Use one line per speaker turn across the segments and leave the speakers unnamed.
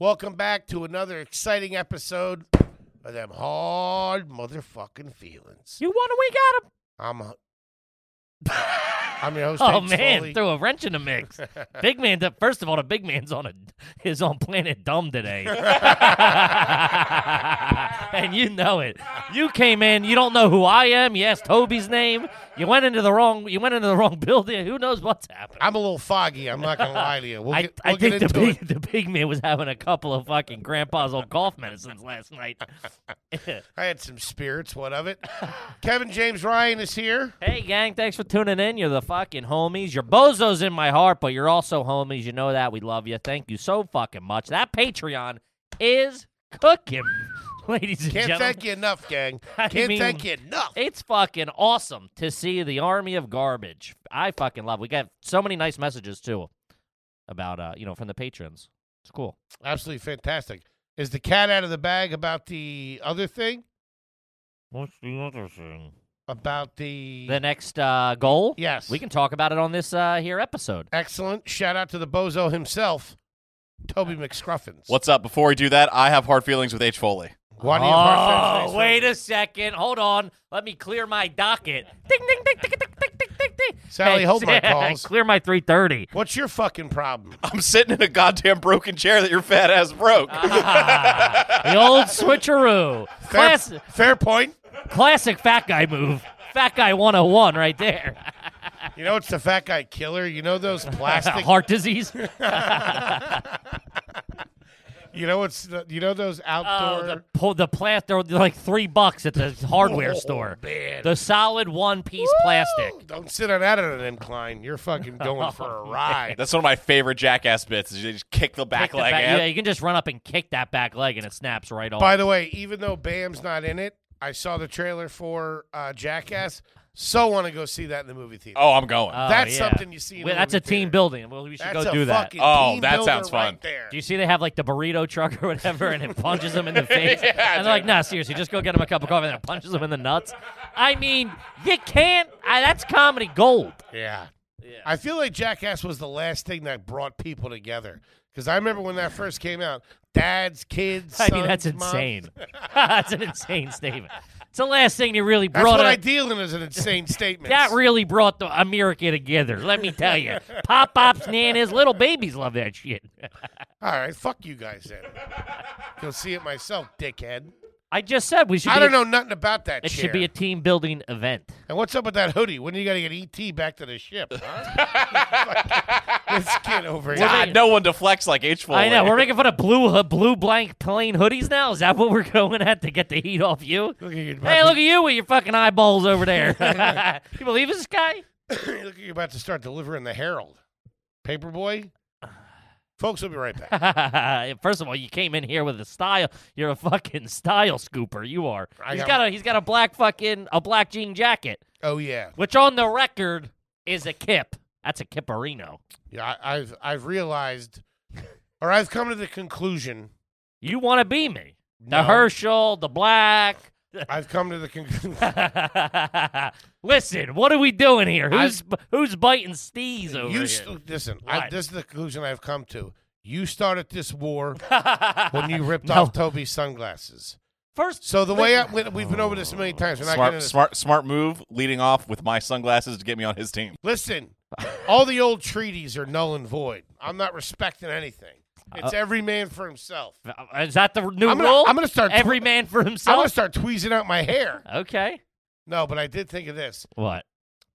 Welcome back to another exciting episode of them hard motherfucking feelings.
You won, we got him.
I'm a, I'm your host.
Oh
Hank
man,
Scully.
threw a wrench in the mix. big man's up. First of all, the big man's on a is on planet dumb today, and you know it. You came in, you don't know who I am. You asked Toby's name. You went into the wrong. You went into the wrong building. Who knows what's happened?
I'm a little foggy. I'm not gonna lie to you. We'll
I,
get,
I
we'll get
think the
into
big
it.
the big man was having a couple of fucking grandpa's old golf medicines last night.
I had some spirits. What of it? Kevin James Ryan is here.
Hey, gang, thanks for tuning in. You're the fucking homies. You're bozos in my heart, but you're also homies. You know that. We love you. Thank you so fucking much. That Patreon is cooking, ladies and
Can't
gentlemen.
thank you enough, gang.
I
Can't
mean-
thank you enough.
It's fucking awesome to see the army of garbage. I fucking love. It. We got so many nice messages too about uh, you know, from the patrons. It's cool.
Absolutely fantastic. Is the cat out of the bag about the other thing?
What's the other thing?
About the
The next uh, goal?
yes.
We can talk about it on this uh, here episode.
excellent. Shout out to the bozo himself, Toby McScruffins.
What's up? Before we do that, I have hard feelings with H. Foley.
Why do you have hard feelings?
Oh, wait a second. Hold on. Let me clear my docket. Ding, ding, ding, ding, ding, ding, ding, ding, ding.
Sally, hold my
Sam,
calls.
Clear my 330.
What's your fucking problem?
I'm sitting in a goddamn broken chair that your fat ass broke.
Uh, Ah, the old switcheroo.
Fair,
Class,
fair point.
classic fat guy move. Fat guy 101 right there.
You know it's the fat guy killer. You know those plastic.
Heart disease.
you know it's the, you know those
Oh,
outdoor.
the, pull the plaster, they're like three bucks at the hardware
Oh,
store.
man.
The solid one piece plastic. Oh,
Don't sit on that on an incline. You're fucking going for a ride.
That's one of my favorite jackass bits. Is you just kick the back
Kick the
leg
back-
in.
yeah, you can just run up and kick that back leg and it snaps right off.
By the way, even though Bam's not in it, I saw the trailer for uh, Jackass. So want to go see that in the movie theater.
Oh, I'm going.
Oh,
That's
yeah.
something you see in
Well,
the
that's a
movie
team
theater.
building. Well, we should
That's
go
a
do that.
fucking
Oh,
team
that
builder
sounds fun.
Right there.
Do you see they have like the burrito truck or whatever, and it punches them in the face?
Yeah,
and they're like, "Nah, seriously, just go get him a cup of coffee." And it punches them in the nuts. I mean, you can't. I, that's comedy gold.
Yeah.
Yeah.
I feel like Jackass was the last thing that brought people together. Because I remember when that first came out, dads, kids.
I mean, that's
sons, moms.
insane. that's an insane statement. It's the last thing you really
That's
brought.
what
up.
I deal in as an insane statement.
That really brought the America together. Let me tell you, pop pops, nanas, little babies love that shit.
All right, fuck you guys then. Go see it myself, dickhead.
I just said we should.
I
be
don't know
a-
nothing about that
It
chair.
should be a team building event.
and what's up with that hoodie? When are you going to get ET back to the ship? Huh? this kid over here.
God, no one deflects like H. Foley.
I know. We're making fun of blue ho- blue blank plain hoodies now. Is that what we're going at to get the heat off you?
Look at you. about
Hey,
to-
look at you with your fucking eyeballs over there. you believe this guy?
look at you about to start delivering the Herald. Paperboy? Folks, we'll be right back.
First of all, you came in here with a style. You're a fucking style scooper. You are.
I
he's
got-
got a he's got a black fucking a black jean jacket,
Oh, yeah.
which on the record is a kip. That's a kipperino.
Yeah, I, I've I've realized, or I've come to the conclusion.
You want to be me?
No.
The Herschel, the black.
I've come to the conclusion.
Listen, what are we doing here?
I-
Who's who's biting stees over
you
here?
st- listen. I,
What?
this is the conclusion I've come to. You started this war when you ripped off Toby's sunglasses.
First,
So the way I, we, we've been over this a million times. We're not
Smart,
gonna-
smart, smart move. Leading off with my sunglasses to get me on his team.
Listen, all the old treaties are null and void. I'm not respecting anything. It's every man for himself.
is that Uh, the new
I'm gonna-
rule?
I'm gonna start tw-
Every man for
I'm gonna
himself.
start tweezing out my hair.
okay.
No, but I did think of this.
What?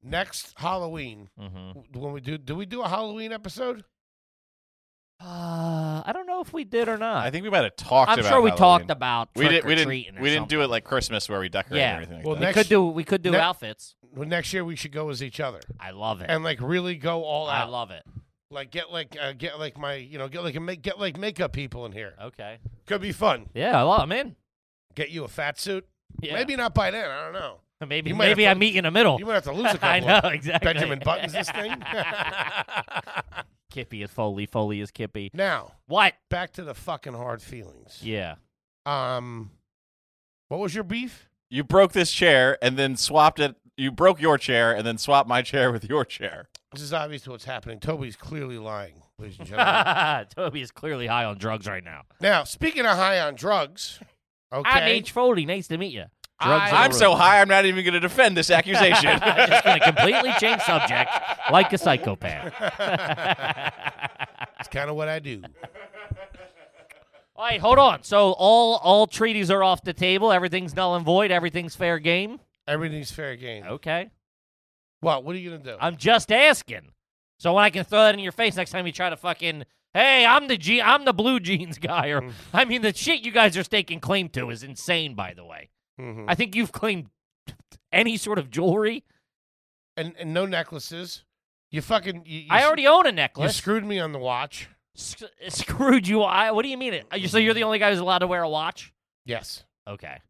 Next Halloween,
Mm-hmm.
when we do, do we do a Halloween episode?
Uh, I don't know if we did or not.
I think we might have talked.
I'm
about
sure we
Halloween.
talked about
We
trick
didn't. We
or
didn't.
treating. or
We didn't do
something.
it like Christmas where we decorate
Yeah.
or anything. Like
Well,
that.
We
next-
could do. We could do
ne-
outfits.
Well, next year we should go as each other
I love it.
and like really go all
I
out.
love it.
like get like uh, get like my you know get like a make get like makeup people in here.
Okay.
Could be fun.
Yeah, I love. I'm in.
Get you a fat suit.
Yeah.
Maybe not by then. I don't know.
Maybe.
you might have
Maybe
to-
I meet you in the middle.
You might have to lose a couple.
I
of
know exactly.
Benjamin Buttons this thing.
Kippy is Foley. Foley is Kippy.
now
What?
back to the fucking hard feelings.
Yeah.
Um, what was your beef?
you broke this chair and then swapped it. You broke your chair and then swapped my chair with your chair.
This is obvious what's happening. Toby's clearly lying. ladies and gentlemen.
Toby is clearly high on drugs right now.
now, speaking of high on drugs, okay.
I'm H Foley. Nice to meet you.
I-
on
I'm
the
so
road.
high, I'm not even going to defend this accusation.
I'm just going to completely change subject like a psychopath.
That's kind of what I do.
All right, hold on. So all all treaties are off the table. Everything's null and void. Everything's fair game.
Everything's fair game.
Okay.
What? What are you gonna do?
I'm just asking. So when I can throw that in your face next time you try to fucking, hey, I'm the G, I'm the blue jeans guy,
Mm.
or I mean the shit you guys are staking claim to is insane. By the way,
Mhm.
I think you've claimed any sort of jewelry.
and and no necklaces. You fucking. You, you
I
s-
already own a
You
necklace.
screwed me on the watch.
Sc- screwed you. I. What do you mean? It. You- So you're the only guy who's allowed to wear a watch?
Yes.
Okay.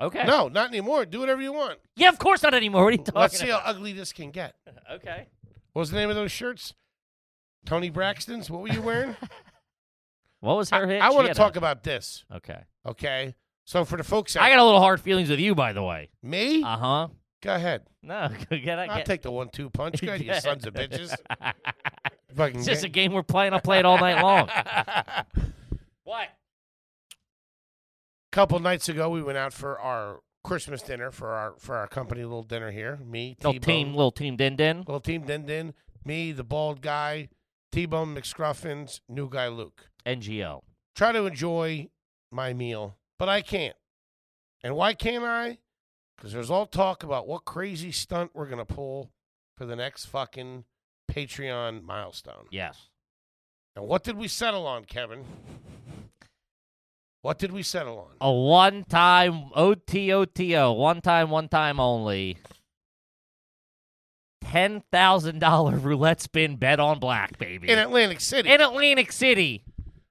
Okay.
No, not anymore. Do whatever you want.
Yeah, of course not anymore. What are you talking
Let's see
about?
how ugly this can get.
Okay.
What was the name of those shirts? Tony Braxton's. What were you wearing?
What was her hit?
I
She
want to
had a-
talk about this.
Okay.
Okay. So for the folks, out-
I got a little hard feelings with you, by the way.
me.
Uh huh.
go ahead.
No, get I
I'll
get.
take the one-two punch. Go ahead, you
Yeah.
sons of bitches. Fucking
It's just a
ga-
game we're playing. I'll play it all night long. what?
couple nights ago, we went out for our Christmas dinner for our for our company little dinner here. Me,
Little
T-Bone,
team, little team, din din.
little team, Din Din, me, the bald guy, T-Bone McScruffins, new guy Luke.
NGO.
Try to enjoy my meal, but I can't. And why can't I? Because there's all talk about what crazy stunt we're gonna pull for the next fucking Patreon milestone.
Yes.
And what did we settle on, Kevin? What did we settle on?
A one-time OTOTO, one-time, one-time only. Ten thousand dollar roulette spin bet on black, baby.
In Atlantic City.
In Atlantic City.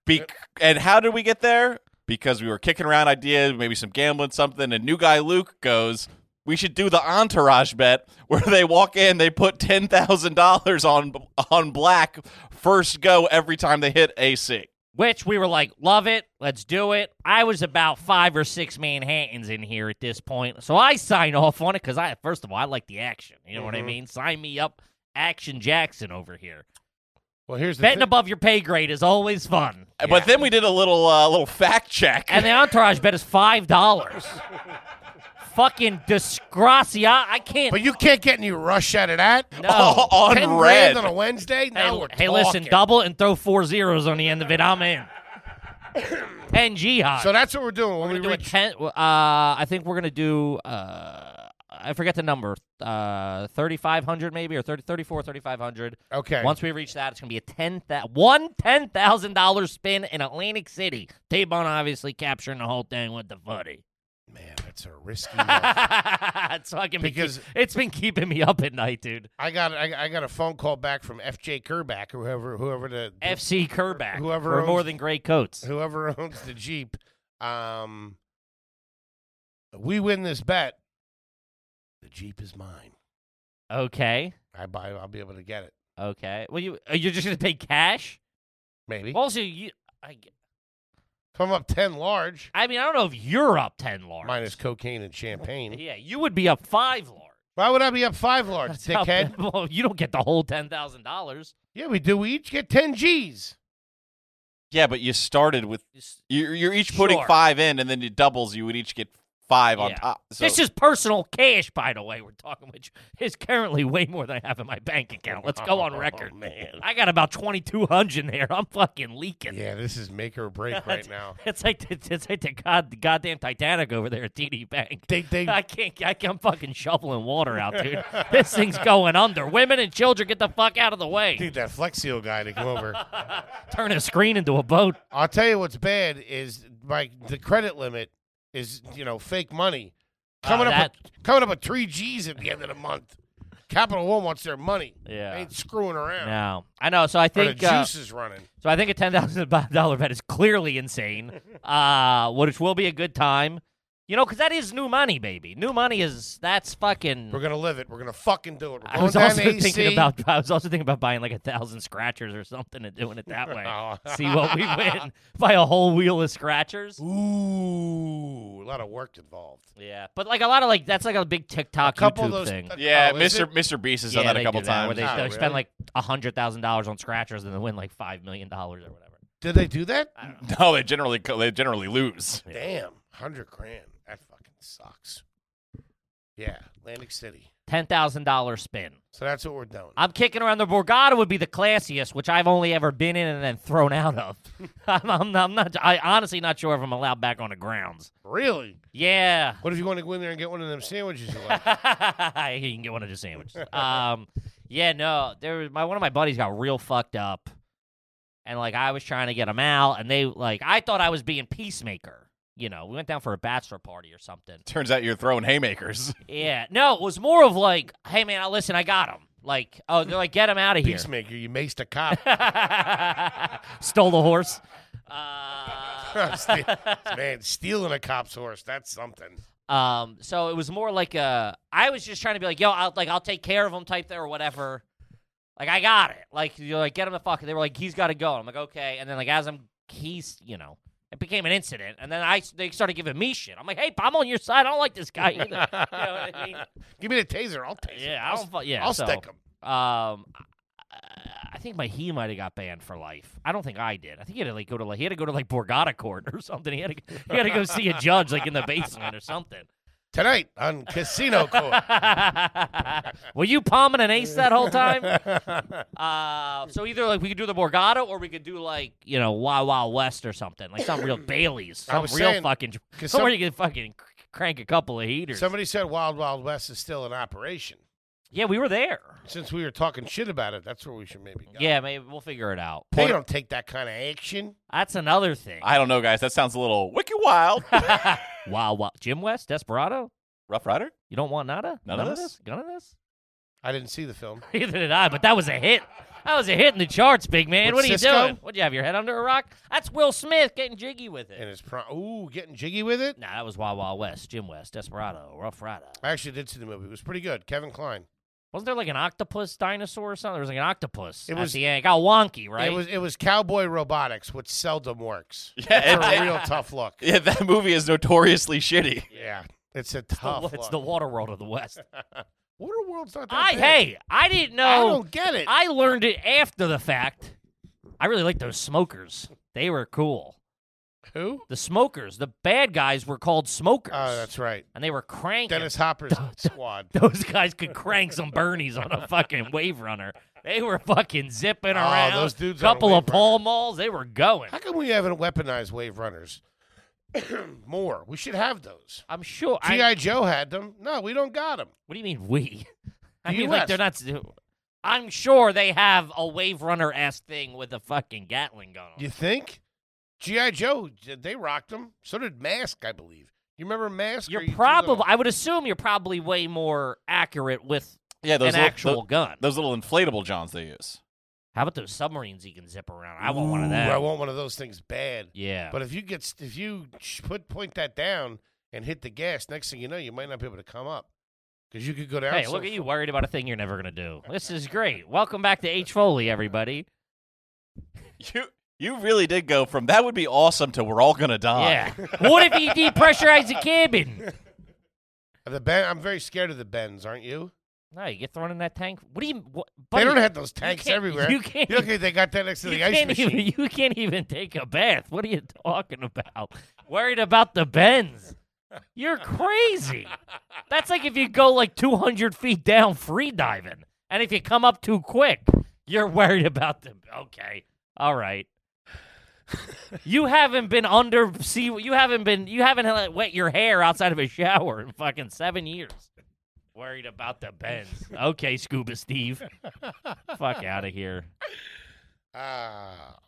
Be- and how did we get there? Because we were kicking around ideas, maybe some gambling, something, and new guy Luke goes, "We should do the entourage bet where they walk in, they put ten thousand dollars on on black first go every time they hit AC."
which we were like, love it, let's do it. I was about five or six Manhattans in here at this point, so I sign off on it because I, first of all, I like the action. You know what I
Mhm.
mean? Sign me up, Action Jackson over here.
Well, here's the Uh,
Betting
thing.
above your pay grade is always fun. Yeah.
But then we did a little uh, little fact check.
and the entourage bet is five dollars. Fucking disgracia! I can't.
But you can't get any rush out of that.
no.
on
Ten
red.
grand on a Wednesday.
Hey,
Now we're
hey, listen,
talking.
double it and throw four zeros on the end of it. I'm in. Ten jihad.
So that's what we're doing. When we
We're gonna do a
reach,
ten. Uh, I think we're gonna do. Uh, I forget the number. Uh, thirty five hundred maybe or 30, 34, 3,500.
okay.
Once we reach that, it's gonna be a ten that one ten thousand dollar spin in Atlantic City. T Bone obviously capturing the whole thing with the footy.
Man, that's a risky. move.
it's fucking been keep-
Because-
it's been keeping me up at night, dude.
I got I, I got a phone call back from FJ Kerback, or whoever whoever the
FC Kerback.
Whoever
for more
owns-
than great coats.
whoever owns the Jeep. Um, we win this bet. The Jeep is mine.
Okay.
I buy. I'll be able to get it.
Okay. Well, you uh, you're just gonna pay cash.
Maybe
Also, you. I,
come up ten large
I mean, I don't know if you're up ten large.
minus cocaine and champagne.
Yeah, you would be up five large.
Why would I be up five large,
That's how
dickhead?
bad- well, you don't get the whole ten thousand dollars.
Yeah, we do. We each get ten G's.
yeah, but you started with you're, you're each putting
Sure.
five in, and then it doubles. You would each get five on
Yeah.
top. So
This is personal cash, by the way. We're talking, which is currently way more than I have in my bank account. Let's go on
Oh,
record.
man.
I got about twenty two hundred in there. I'm fucking leaking.
Yeah, this is make or break right now.
It's like the, it's like the god the goddamn Titanic over there at TD Bank.
They, they,
I can't. I can't, I'm fucking shoveling water out, dude. this thing's going under. Women and children, get the fuck out of the way.
need that Flex Seal guy to come over.
Turn a screen into a boat.
I'll tell you what's bad is my the credit limit is you know fake money coming
Uh,
up with, coming up with three G's at the end of the month. Capital One wants their money.
Yeah.
They ain't screwing around.
No, I know. So I
Or
think
the
uh,
juice is running.
So I think a ten thousand dollar bet is clearly insane, uh, which will be a good time. You know, because that is new money, baby. New money is that's fucking.
We're gonna live it. We're gonna fucking do it. We're
I was
going
also
down AC.
thinking about. I was also thinking about buying like a thousand scratchers or something and doing it that way.
Oh.
See what we win. Buy a whole wheel of scratchers.
Ooh, a lot of work involved.
Yeah, but like a lot of like that's like a big TikTok
A couple
YouTube
of those-
thing.
Yeah,
Oh, is
Mr.
it?
Mr. Beast has
yeah,
done that
they
a couple
do
times.
where they,
Oh,
they
really?
spend like a hundred thousand dollars on scratchers and then win like five million dollars or whatever.
Did they do that?
I don't know.
No, they generally co- they generally lose.
Damn, hundred grand. That fucking sucks. Yeah, Atlantic City.
Ten thousand dollar spin.
So that's what we're doing.
I'm kicking around the Borgata would be the classiest, which I've only ever been in and then thrown out of. I'm, I'm not, I'm not. I honestly not sure if I'm allowed back on the grounds.
really?
Yeah.
What if you want to go in there and get one of them sandwiches? You
you
like?
can get one of the sandwiches. Um, yeah, no, there was my one of my buddies got real fucked up, and like I was trying to get him out, and they like I thought I was being peacemaker. You know, we went down for a bachelor party or something.
Turns out you're throwing haymakers.
Yeah, no, it was more of like, hey man, I listen, I got him. Like, oh, they're like, get him out of here.
Peacemaker, you maced a cop.
Stole the horse. Uh,
Ste- Man, stealing a cop's horse—that's something.
Um, so it was more like a I was just trying to be like, yo, I'll like I'll take care of him type there or whatever. Like I got it. Like you're like get him the fuck. They were like he's got to go. And I'm like okay. And then like as I'm he's you know it became an incident. And then I they started giving me shit. I'm like hey, I'm on your side. I don't like this guy either. you know what I mean?
Give me the taser. I'll taser.
Yeah, I don't. fu- Yeah,
I'll
so,
stick him.
Um, I- I think my he might have got banned for life. I don't think I did. I think he had to like go to like he had to go to like Borgata court or something. He had to he had to go see a judge like in the basement or something.
Tonight on Casino Court.
Were you palming an ace that whole time? Uh, so either like we could do the Borgata or we could do like you know Wild Wild West or something like some real Bailey's,
I
some real
was saying,
fucking somewhere
'cause some-
you can fucking cr- crank a couple of heaters.
Somebody said Wild Wild West is still in operation.
yeah, we were there.
Since we were talking shit about it, that's where we should maybe go.
Yeah, maybe we'll figure it out.
They don't take that kind of action.
That's another thing.
I don't know, guys. That sounds a little wicked wild.
Wild Wild Jim West Desperado.
Rough Rider?
You don't want nada.
None of this?
None of this.
I didn't see the film.
Neither did I, but that was a hit. That was a hit in the charts, big man.
With
what are you
Cisco?
doing? What do you have your head under a rock? That's Will Smith getting jiggy with it.
And it's pro- ooh, getting jiggy with it.
Nah, that was Wild Wild West, Jim West, Desperado, Rough Rider.
I actually did see the movie. It was pretty good. Kevin Klein.
Wasn't there like an octopus dinosaur or something? There was like an octopus.
It
It
was-
was the end. It got wonky, right?
It was it was cowboy robotics, which seldom works.
Yeah,
It's
it-
a
it-
real tough look.
yeah, that movie is notoriously shitty.
Yeah, it's a
It's the,
tough.
it's
look.
the water world of the West.
Waterworld's not that.
I
big.
hey, I didn't
I
know.
don't get it.
I, learned it after the fact. I really like those smokers. They were cool.
Who?
The smokers, the bad guys, were called smokers,
Oh, that's right.
and they were cranking.
Dennis Hopper's squad.
Those guys could crank some Bernies on a fucking wave runner. They were fucking zipping
Oh,
around.
those dudes on
couple of
Wave Runner.
Pall Malls, they were going.
How come we haven't weaponized wave runners more? We should have those.
I'm sure. I,
G.I. Joe had them. No, we don't got them.
what do you mean we? I
The
mean, like they're not. I'm sure they have a Wave Runner ass thing with a fucking Gatling gun. On.
You think? G.I. Joe, they rocked them. So did Mask, I believe. You remember Mask? or
You're
you threw
probably.
them-
I would assume you're probably way more accurate with
Yeah, those
an
little,
actual
tho-
gun.
those little inflatable johns they use.
How about those submarines you can zip around? I want one
Ooh,
of
I
that.
want one of those things bad.
Yeah.
But if you get st- if you sh- put point that down and hit the gas, next thing you know, you might not be able to come up because you could go down.
Hey,
so
look at you
far.
worried about a thing you're never gonna do. This is great. Welcome back to H Foley, everybody.
You you really did go from that would be awesome to we're all gonna
Ah.
die.
Yeah. What if he depressurized the cabin?
Uh, The ben, I'm very scared of the bends, aren't you?
No, you get thrown in that tank. What do you? What,
They
buddy,
don't have those
you
tanks
can't-
everywhere.
You can't.
You look at they got that next to
you
the ice
can't
machine.
even, you can't even take a bath. What are you talking about? Worried about the bends? You're crazy. That's like if you go like 200 feet down free diving, and if you come up too quick, you're worried about the. Okay, all right. you haven't been under sea. You haven't been. You haven't let- wet your hair outside of a shower in fucking seven years. Worried about the bends. Okay, Scuba Steve. Fuck out of here.
Ah,